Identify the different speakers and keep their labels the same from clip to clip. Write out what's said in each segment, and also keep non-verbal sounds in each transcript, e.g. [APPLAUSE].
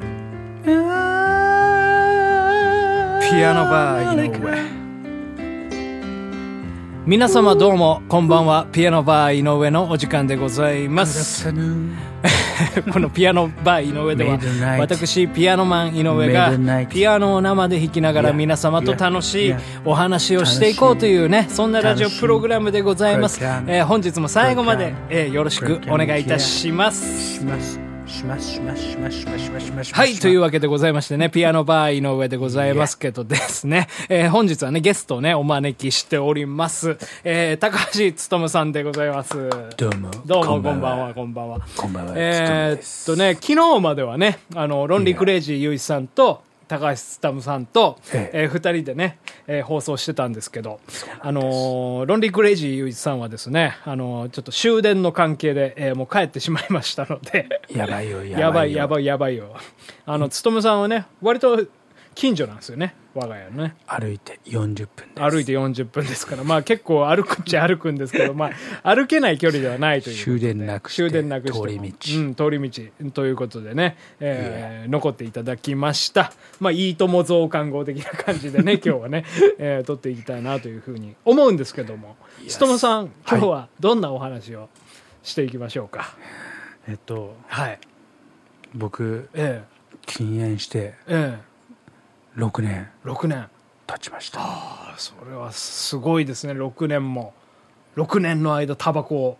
Speaker 1: ピアノバー井上皆様どうもこんばんはピアノバー井上のお時間でございます
Speaker 2: [LAUGHS]
Speaker 1: このピアノバー井上では
Speaker 2: Midnight
Speaker 1: 私ピアノマン井上が
Speaker 2: Midnight
Speaker 1: ピアノを生で弾きながら
Speaker 2: Yeah
Speaker 1: 皆様と楽しい
Speaker 2: Yeah
Speaker 1: お話をしていこうというねそんなラジオ
Speaker 2: 楽しい
Speaker 1: プログラムでございます、
Speaker 2: これから
Speaker 1: えー本日も最後まで
Speaker 2: これ、
Speaker 1: えーよろしくお願いいたします
Speaker 2: しますしますしますしますしますしますします
Speaker 1: はい、というわけでございましてね、ピアノバー井上でございますけどですね、えー本日はね、ゲストをね、お招きしております、えー高橋勉さんでございます。
Speaker 2: どうも
Speaker 1: どうも、こんばんは、こんばんは。
Speaker 2: こんばんは
Speaker 1: えーっとね、昨日まではね、あの、ロンリークレイジーゆいさんと、高橋勉さんと、
Speaker 2: ええ
Speaker 1: えー二人でね、えー放送してたんですけど、あのーロンリークレイジーゆいさんはですね、あのーちょっと終電の関係で、えーもう帰ってしまいましたので、
Speaker 2: やばいよ
Speaker 1: やばいや
Speaker 2: いよ
Speaker 1: ばいやばいよあの勉さんはね割と近所なんですよね我が家のね
Speaker 2: 歩いて40分で
Speaker 1: 歩いて40分ですからまあ結構歩くっちゃ歩くんですけどまあ歩けない距離ではないという
Speaker 2: 終電なくして
Speaker 1: 終電なくしても
Speaker 2: 通り道
Speaker 1: うん、通り道ということでね、えー残っていただきましたまあいいとも増刊号的な感じ [LAUGHS] でね今日はね、えー撮っていきたいなというふうに思うんですけども
Speaker 2: Yes
Speaker 1: 勉さん今日はどんなお話をしていきましょうか
Speaker 2: えっと
Speaker 1: はい
Speaker 2: 僕
Speaker 1: え
Speaker 2: 禁煙して
Speaker 1: ええ
Speaker 2: 6年
Speaker 1: え6年
Speaker 2: 経ちました
Speaker 1: それはすごいですね6年も6年の間タバコを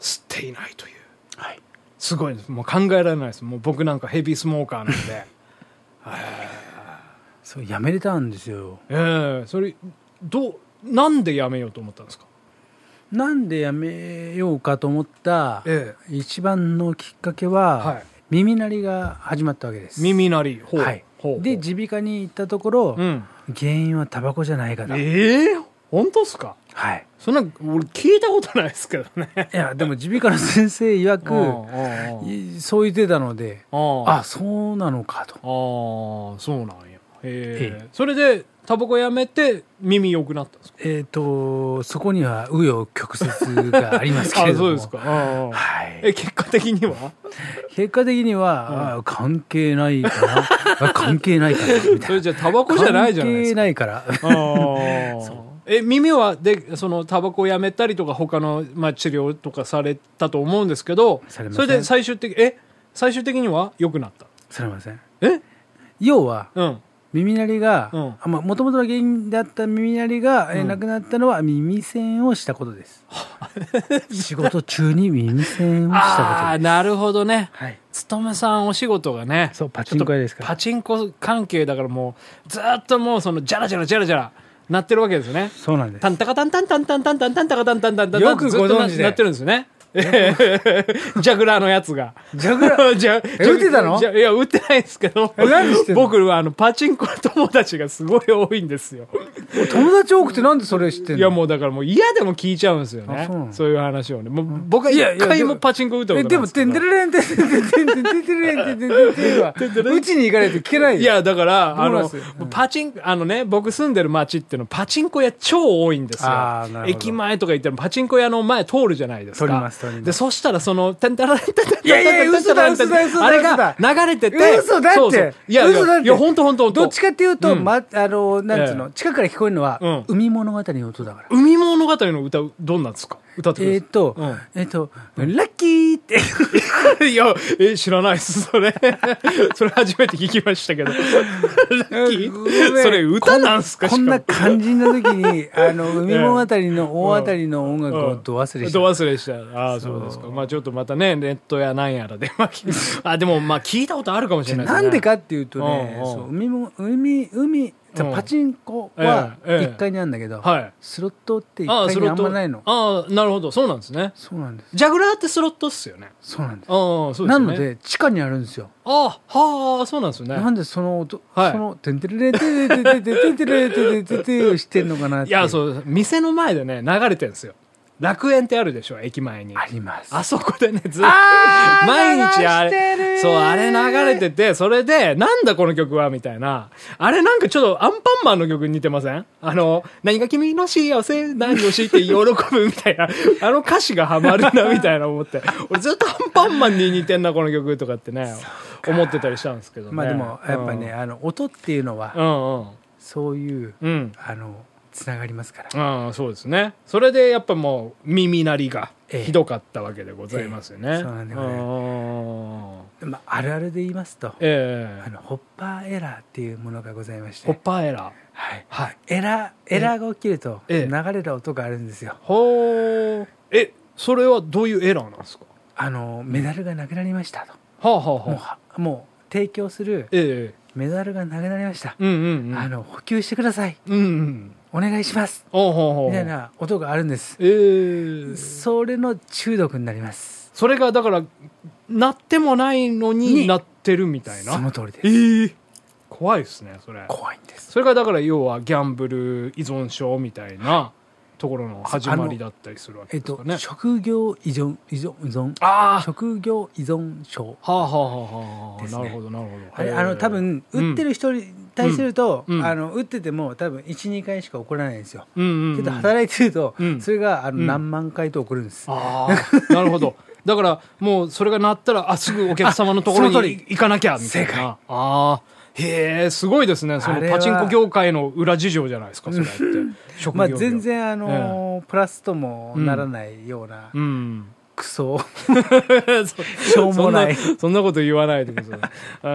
Speaker 1: 吸っていないという
Speaker 2: はい
Speaker 1: すごいですもう考えられないですもう僕なんかヘビースモーカーなんで
Speaker 2: そうやめれたんですよ
Speaker 1: ええそれどうなんでやめようと思ったんですか
Speaker 2: なんでやめようかと思った
Speaker 1: え
Speaker 2: 一番のきっかけ
Speaker 1: は
Speaker 2: はい耳鳴りが始まったわけです
Speaker 1: 耳鳴りほう、
Speaker 2: はい
Speaker 1: ほう
Speaker 2: で
Speaker 1: ほ
Speaker 2: 耳鼻科に行ったところ
Speaker 1: ううん
Speaker 2: 原因はタバコじゃないかだ
Speaker 1: ええ本当ですか
Speaker 2: はい
Speaker 1: そんな俺聞いたことないですけどね
Speaker 2: いやでも耳鼻科の先生曰
Speaker 1: うんうん
Speaker 2: く
Speaker 1: うん
Speaker 2: いそう言ってたので
Speaker 1: ああ
Speaker 2: あそうなのかと
Speaker 1: あーそうなんやへ
Speaker 2: え
Speaker 1: えそれでタバコやめて耳良くなったんですか
Speaker 2: えっとそこには紆余曲折がありますけれ
Speaker 1: [LAUGHS]
Speaker 2: ど
Speaker 1: あ
Speaker 2: も
Speaker 1: そうですか。ああ
Speaker 2: はい
Speaker 1: え結果的には
Speaker 2: 結果的には、あ関係ないかなあ関係ないかなみた
Speaker 1: [LAUGHS] そ
Speaker 2: い
Speaker 1: れ
Speaker 2: な
Speaker 1: じゃあタバコじゃないじゃないで
Speaker 2: 関係
Speaker 1: すか。
Speaker 2: ないから
Speaker 1: ああえ耳はでそのタバコをやめたりとか他のまあ治療とかされたと思うんですけど、そ
Speaker 2: され
Speaker 1: れ
Speaker 2: ません
Speaker 1: で最終的え最終的には良くなった。
Speaker 2: [LAUGHS] すみません
Speaker 1: え
Speaker 2: 要は
Speaker 1: うん
Speaker 2: 耳鳴りが
Speaker 1: うん
Speaker 2: もともとの原因であった耳鳴りが、えー
Speaker 1: うん
Speaker 2: なくなったのは耳栓をしたことです仕事中に耳栓をした
Speaker 1: あ
Speaker 2: こと
Speaker 1: あ
Speaker 2: です
Speaker 1: なるほどね。
Speaker 2: はい
Speaker 1: つとめさんお仕事がね。
Speaker 2: そうパチンコ屋ですから
Speaker 1: パチンコ関係だからもうずーっともうそのジャラジャラジャラジャラなってるわけですよね。
Speaker 2: そうなんです
Speaker 1: タンタカタンタンタンタンタンタンタンタカタンタンタンタン
Speaker 2: よくご存知で
Speaker 1: なってるんですよね。ええジャグラーのやつが。
Speaker 2: ジャグラ
Speaker 1: [LAUGHS] じゃ
Speaker 2: え打ってたの
Speaker 1: じゃいや、打ってないですけど
Speaker 2: え何して。んの
Speaker 1: 僕はあの、パチンコの友達がすごい多いんですよ。
Speaker 2: 友達多くてなんでそれ知ってんの
Speaker 1: いや、もうだからもう嫌でも聞いちゃうんですよ
Speaker 2: あ
Speaker 1: ね
Speaker 2: そうなの。
Speaker 1: そういう話をね。もう僕はい
Speaker 2: や
Speaker 1: 一
Speaker 2: いや
Speaker 1: 回
Speaker 2: でも
Speaker 1: もパチンコ打ったこ
Speaker 2: え
Speaker 1: と
Speaker 2: で
Speaker 1: ないん
Speaker 2: も、
Speaker 1: です
Speaker 2: て
Speaker 1: けど。
Speaker 2: んてれれんてんてんてんてんてんてんてれれんてんてんてんてんは、うちに行かないと聞けないよ。
Speaker 1: いや、だから、あ
Speaker 2: どうなん
Speaker 1: の
Speaker 2: すよ、
Speaker 1: パチン、あのね、僕住んでる町っていうのはパチンコ屋超多いんですよ
Speaker 2: あーなる。ほど
Speaker 1: 駅前とか行ってもパチンコ屋の前通るじゃないですか。
Speaker 2: 通ります通ります
Speaker 1: で、そしたらその、てんたらんてんたらん
Speaker 2: いやいや
Speaker 1: てんたらんてんたらん
Speaker 2: 嘘だ嘘だ
Speaker 1: あれ
Speaker 2: 嘘だ
Speaker 1: が流れてて。
Speaker 2: 嘘だって
Speaker 1: そうそういや、いや
Speaker 2: 嘘だって
Speaker 1: いや、ほんとほんとほんと。
Speaker 2: どっちかっていうと、
Speaker 1: うん
Speaker 2: ま、あの、なんつうの、
Speaker 1: え
Speaker 2: 近くから聞こえるのは、
Speaker 1: うん
Speaker 2: 海物語の音だから。
Speaker 1: 海物語の歌、どんなんですか歌ってく
Speaker 2: え
Speaker 1: れ
Speaker 2: っ、と、
Speaker 1: うん
Speaker 2: えっ、と、ラッキーって、
Speaker 1: る [LAUGHS] いや、え、知らないです、それ。 [LAUGHS] それ初めて聞きましたけど。ラッキ [LAUGHS]
Speaker 2: ごめ
Speaker 1: ー
Speaker 2: ん
Speaker 1: それ歌なんすか
Speaker 2: こんな肝心な時に、あの、海物語の大当たりの音楽
Speaker 1: う
Speaker 2: を
Speaker 1: ん
Speaker 2: ど忘れし
Speaker 1: ど
Speaker 2: た。
Speaker 1: 忘れしたああそうですかまあちょっとまたねネットやなんやらで [LAUGHS] まあ聞いあでもまあ聞いたことあるかもしれないすね
Speaker 2: なんでかっていうとね、
Speaker 1: うんうん
Speaker 2: そう海も、海、海、
Speaker 1: うん
Speaker 2: パチンコは
Speaker 1: ええええ
Speaker 2: 1階にあるんだけど、
Speaker 1: はい
Speaker 2: スロットって1
Speaker 1: ああ
Speaker 2: 階
Speaker 1: ス
Speaker 2: に
Speaker 1: ロ
Speaker 2: あ
Speaker 1: ッ
Speaker 2: ん
Speaker 1: ト
Speaker 2: まないの。
Speaker 1: ああなるほどそうなんですね
Speaker 2: そうなんです。
Speaker 1: ジャグラーってスロットっすよね
Speaker 2: そうなんです。
Speaker 1: ああそうですよね
Speaker 2: なので地下にあるんですよ。
Speaker 1: ああはあそうなんですよね
Speaker 2: なんでその音、
Speaker 1: はい
Speaker 2: そのテンテレレテテテテテテテテテテテをしてんのかなっ
Speaker 1: い
Speaker 2: て。
Speaker 1: やそう店の前でね流れてるんですよ楽園ってあるでしょ駅前に
Speaker 2: あります
Speaker 1: あそこでねずっと
Speaker 2: あー
Speaker 1: [LAUGHS] 毎日あ
Speaker 2: 流して
Speaker 1: れ
Speaker 2: る
Speaker 1: そうあれ流れててそれでなんだこの曲はみたいなあれなんかちょっとアンパンマンの曲に似てませんあの何が君の幸せ何をしって喜ぶみ
Speaker 2: [LAUGHS]
Speaker 1: たいなあの歌詞がハマるなみたいな思って俺ずっとアンパンマンに似てんなこの曲とかってね思ってたりしたんですけどね
Speaker 2: まあでもやっぱね、あの音っていうのは、
Speaker 1: うんうん
Speaker 2: そういう、
Speaker 1: うん
Speaker 2: あのつながりますから、
Speaker 1: ああそうですねそれでやっぱもう耳鳴りが
Speaker 2: ええ
Speaker 1: ひどかったわけでございますよね、
Speaker 2: ええそうなんでございます
Speaker 1: ああ
Speaker 2: まあ、あるあるで言いますと、
Speaker 1: え
Speaker 2: あ
Speaker 1: え
Speaker 2: のホッパーエラーっていうものがございまして
Speaker 1: ホッパーエラー
Speaker 2: はい
Speaker 1: はい
Speaker 2: エラーエラーが起きると
Speaker 1: ええ
Speaker 2: 流れる音があるんですよ、
Speaker 1: ほうえそれはどういうエラーなんですか
Speaker 2: あのメダルがなくなりましたと
Speaker 1: はあはあ
Speaker 2: もう
Speaker 1: はあ
Speaker 2: はもう提供する
Speaker 1: ええ
Speaker 2: メダルがなくなりました、
Speaker 1: うんうんうん
Speaker 2: あの補給してください
Speaker 1: うんうん
Speaker 2: お願いします
Speaker 1: おうほうほう
Speaker 2: みたいな音があるんです
Speaker 1: ええ
Speaker 2: それの中毒になります
Speaker 1: それがだからなってもないのに
Speaker 2: に
Speaker 1: なってるみたい
Speaker 2: その
Speaker 1: な
Speaker 2: 通りです
Speaker 1: ええ怖いですねそれ
Speaker 2: 怖いんです
Speaker 1: それがだから要はギャンブル依存症みたいなところの始まりだったりするわ
Speaker 2: え
Speaker 1: け
Speaker 2: っ
Speaker 1: です
Speaker 2: と
Speaker 1: かね。
Speaker 2: 職業依存依存依存
Speaker 1: あ
Speaker 2: 職業依存症
Speaker 1: あはあはあはあはあ、
Speaker 2: です
Speaker 1: な
Speaker 2: ね
Speaker 1: るほどなるほ
Speaker 2: あ
Speaker 1: ど。
Speaker 2: れあの多分打って
Speaker 1: る、
Speaker 2: る人に対すると、
Speaker 1: うんうん
Speaker 2: あの打ってても多分12回しか起こらないんですよ、
Speaker 1: うんうんうん
Speaker 2: けど働いてると、
Speaker 1: うん
Speaker 2: それがあの
Speaker 1: うん
Speaker 2: 何万回と起こるんです、
Speaker 1: ああなるほど。だからもうそれが鳴ったらあすぐお客様のとこ
Speaker 2: あ
Speaker 1: ろ
Speaker 2: その通
Speaker 1: に
Speaker 2: り
Speaker 1: 行かなきゃみたい
Speaker 2: 正解
Speaker 1: な。ああへえすごいですねその
Speaker 2: あれは
Speaker 1: パチンコ業界の裏事情じゃないですかそれって職
Speaker 2: ま
Speaker 1: 業
Speaker 2: あ、
Speaker 1: 病
Speaker 2: 全然あのープラスともならないような、
Speaker 1: うん。
Speaker 2: クソ
Speaker 1: [LAUGHS] し
Speaker 2: しょうもない
Speaker 1: そんなそんなこと言わないでくだ
Speaker 2: [LAUGHS]
Speaker 1: さいえ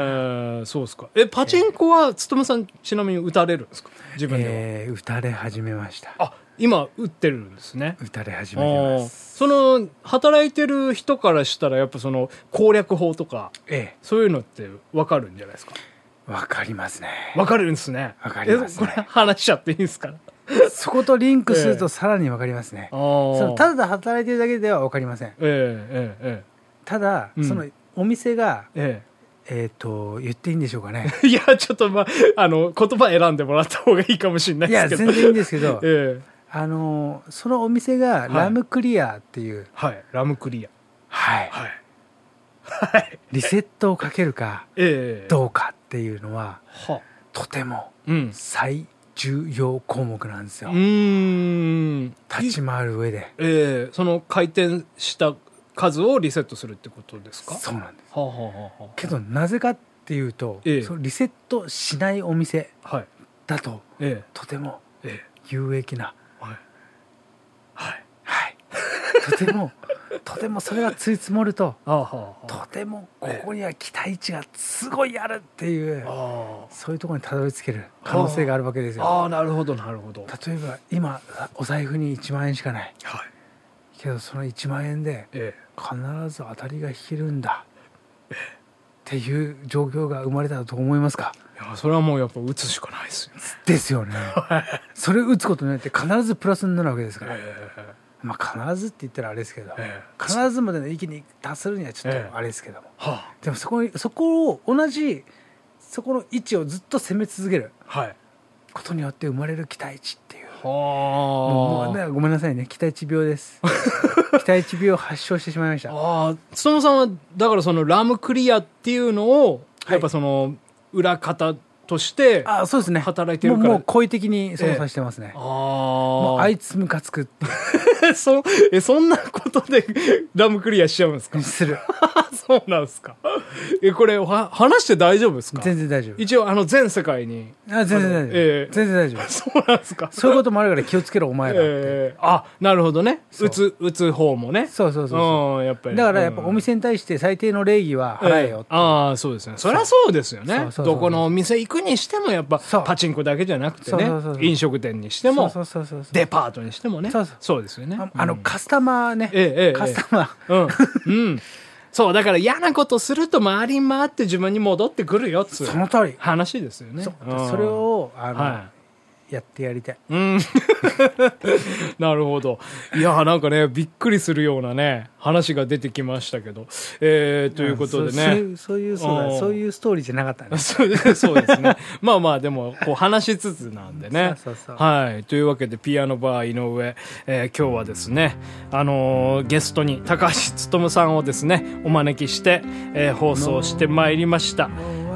Speaker 1: ーそうですかえパチンコはつとむさんちなみに打たれるんですか自分では、
Speaker 2: えー打たれ始めました
Speaker 1: あ今打ってるんですね
Speaker 2: 打たれ始めてます
Speaker 1: あーその働いてる人からしたらやっぱその攻略法とか
Speaker 2: え
Speaker 1: そういうのって分かるんじゃないですか
Speaker 2: えわかりますね
Speaker 1: 分かるんですね
Speaker 2: わかりますね
Speaker 1: えこれ話しちゃっていいんですか
Speaker 2: そことリンクする
Speaker 1: ええ
Speaker 2: とさらにわかりますね、
Speaker 1: あ
Speaker 2: そ
Speaker 1: ー
Speaker 2: のただ働いてるだけではわかりません
Speaker 1: ええ
Speaker 2: ただ、
Speaker 1: うん
Speaker 2: そのお店が
Speaker 1: ええええ
Speaker 2: えっ、と言っていいんでしょう
Speaker 1: [LAUGHS]
Speaker 2: かね
Speaker 1: えいやちょっとまああの言葉選んでもらった方がいいかもしれない
Speaker 2: い
Speaker 1: で
Speaker 2: や
Speaker 1: すけど
Speaker 2: 全然いいんですけど、
Speaker 1: ええ
Speaker 2: あのーそのお店がラムクリアっていう、
Speaker 1: はいラムクリア
Speaker 2: はい
Speaker 1: はい
Speaker 2: リセットをかけるか
Speaker 1: ええ
Speaker 2: どうかっていうのは
Speaker 1: は
Speaker 2: とても
Speaker 1: うん
Speaker 2: 最重要項目なんです
Speaker 1: う
Speaker 2: よ、
Speaker 1: ーん
Speaker 2: 立ち回る上で
Speaker 1: ええその回転した数をリセットするってことですか
Speaker 2: そうなんです
Speaker 1: はあ、はあはあは
Speaker 2: けどなぜかっていうと、
Speaker 1: ええ
Speaker 2: そのリセットしないお店
Speaker 1: あ、はい
Speaker 2: だと
Speaker 1: え
Speaker 2: とても
Speaker 1: ええ
Speaker 2: 有益な
Speaker 1: えはいはい [LAUGHS]
Speaker 2: はいとてもとてもそれがつい積もると
Speaker 1: ああはあは
Speaker 2: とてもここには期待値がすごいあるっていう
Speaker 1: ああ
Speaker 2: そういうところにたどり着ける可能性があるわけです
Speaker 1: あ
Speaker 2: よ
Speaker 1: ああなるほどなるほど
Speaker 2: 例えば今お財布に1万円しかない
Speaker 1: はい
Speaker 2: けどその1万円で
Speaker 1: え
Speaker 2: 必ず当たりが引けるんだっていう状況が生まれたらどう思いますか
Speaker 1: えいやそれはもうやっぱ打つしかないですよね
Speaker 2: ですよねそれ打つことによって必ずプラスになるわけですから、
Speaker 1: ええ
Speaker 2: まあ、必ずって言ったらあれですけど、
Speaker 1: ええ
Speaker 2: 必ずまでの域に達するにはちょっとあれですけども、
Speaker 1: は
Speaker 2: でもそこにそこを同じそこの位置をずっと攻め続ける
Speaker 1: あはい
Speaker 2: ことによって生まれる期待値っていうもう
Speaker 1: は
Speaker 2: もう
Speaker 1: あ
Speaker 2: ねごめんなさいね期待値病です
Speaker 1: [LAUGHS]
Speaker 2: 期待値病を発症してしまいました
Speaker 1: ああそもそもだからそのラムクリアっていうのを
Speaker 2: はい
Speaker 1: やっぱその裏方として
Speaker 2: あそうですね
Speaker 1: 働いてるから
Speaker 2: もうもう好意的に操作してますね、も
Speaker 1: あ
Speaker 2: うあいつムカつくって
Speaker 1: あ [LAUGHS] そえそんなことで [LAUGHS] ラムクリアしちゃうんですか
Speaker 2: する
Speaker 1: そうなんですかえこれは話して大丈夫ですか
Speaker 2: 全然大丈夫
Speaker 1: 一応あの全世界に
Speaker 2: あ全然大丈夫、
Speaker 1: ええ
Speaker 2: 全然大丈夫
Speaker 1: [LAUGHS] そうなんですか
Speaker 2: そういうこともあるから気をつけろお前らって、
Speaker 1: えーあなるほどね
Speaker 2: そう
Speaker 1: 打つ打つ方もね
Speaker 2: そうそうそうそ
Speaker 1: んやっぱ
Speaker 2: う
Speaker 1: り
Speaker 2: だからやっぱお
Speaker 1: うん
Speaker 2: 店に対して最低の礼儀は払えよって、
Speaker 1: えーああそうですねそりゃそうですよ
Speaker 2: そう
Speaker 1: ね
Speaker 2: そうそうそう
Speaker 1: どこのお店行くにしてもやっぱ
Speaker 2: そう
Speaker 1: パチンコだけじゃなくて
Speaker 2: そ
Speaker 1: ね
Speaker 2: うそうそうそう
Speaker 1: 飲食店にしても
Speaker 2: そうそうそうそう
Speaker 1: デパートにしてもね
Speaker 2: そうそう
Speaker 1: ですよね
Speaker 2: ああの
Speaker 1: うん
Speaker 2: カスタマーね、
Speaker 1: ええええ
Speaker 2: カスタマー、
Speaker 1: うん、うん、そうだから嫌なことすると回り回って自分に戻ってくるよっつう
Speaker 2: その通り
Speaker 1: 話ですよね
Speaker 2: そう
Speaker 1: うん
Speaker 2: それをあの、
Speaker 1: は
Speaker 2: やってやりたい。
Speaker 1: うん。 [LAUGHS] なるほど。いや、なんかね、びっくりするようなね、話が出てきましたけど。えー、ということ
Speaker 2: そう
Speaker 1: で
Speaker 2: そう
Speaker 1: ね
Speaker 2: い。うそういう、そう
Speaker 1: う
Speaker 2: だ、
Speaker 1: ん
Speaker 2: そういうストーリーじゃなかったね。
Speaker 1: そうそうですね。まあまあ、でも、こう話しつつなんでね。
Speaker 2: そうそうそう
Speaker 1: はい。というわけで、ピアノバー井上、えー今日はですね、あのーゲストに高橋勉さんをですね、お招きして、えー放送してまいりました。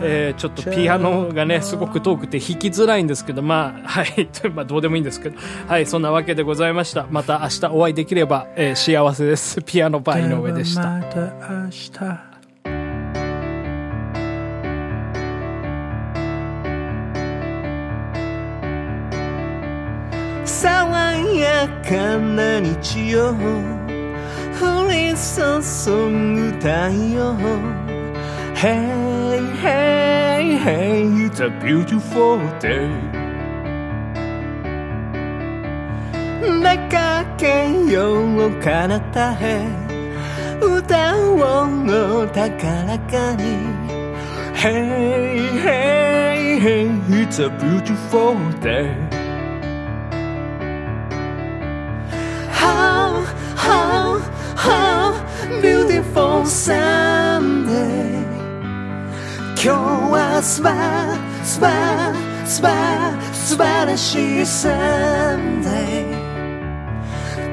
Speaker 1: えーちょっとピアノがね、すごく遠くて弾きづらいんですけど、まあ、はい。 [LAUGHS] まあ、どうでもいいんですけど、はい。そんなわけでございました。また明日お会いできれば、えー幸せです。ピアノバー井上でした。
Speaker 2: また明日。
Speaker 3: 爽やかな日曜降り注ぐ太陽 Hey, hey, hey, it's a beautiful day 出かけよう彼方へ歌おう高らかに Hey, hey, hey, it's a beautiful day ハ how, how beautiful Sunday 今日はスパスパスパ素晴らしい Sunday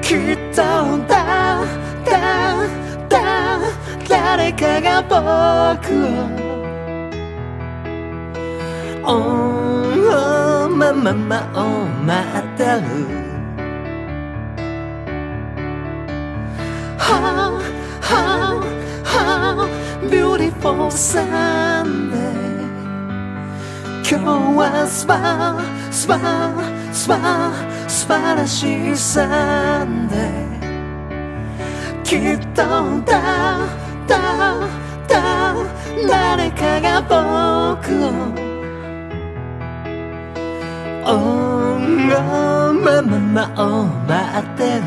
Speaker 3: きっとだだだ誰かが僕を Oh, まままを待ってる How, how, how beautiful Sunday 今日はスパスパスパ素晴らしい Sunday きっとだだだ誰かが僕を Oh, oh, まままを待ってる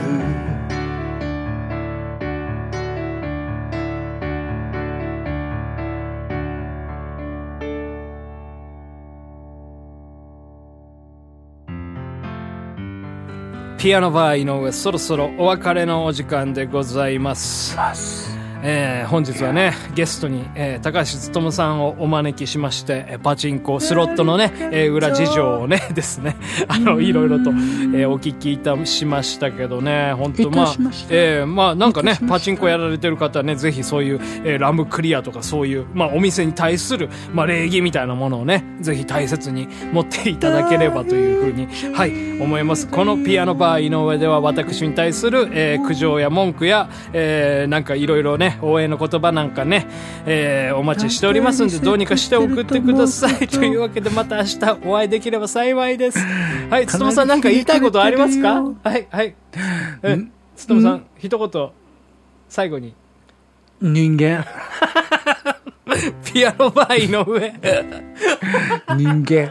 Speaker 1: ピアノバー井上そろそろお別れのお時間でございます。えー本日はねゲストに、えー高橋勉さんをお招きしましてえーパチンコスロットのね、えー裏事情をねですね [LAUGHS] あのいろいろと、えーお聞きいたしましたけどね本当ま
Speaker 2: い
Speaker 1: あ
Speaker 2: たしました
Speaker 1: えーまあなんかねパチンコやられてる方はねぜひそういう、えーラムクリアとかそういう、まあ、お店に対する、まあ、礼儀みたいなものをねぜひ大切に持っていただければというふうにはい思いますこのピアノバー井上では私に対する、えー苦情や文句や、えーなんかいろいろね応援の言葉なんかね、えーお待ちしておりますんでどうにかして送ってくださ [LAUGHS] いというわけでまた明日お会いできれば幸いですはいつともさんなんか言いたいことありますかはいはいえつともさん一言最後に
Speaker 2: 人間、
Speaker 1: ピアノバー井上
Speaker 2: 人間。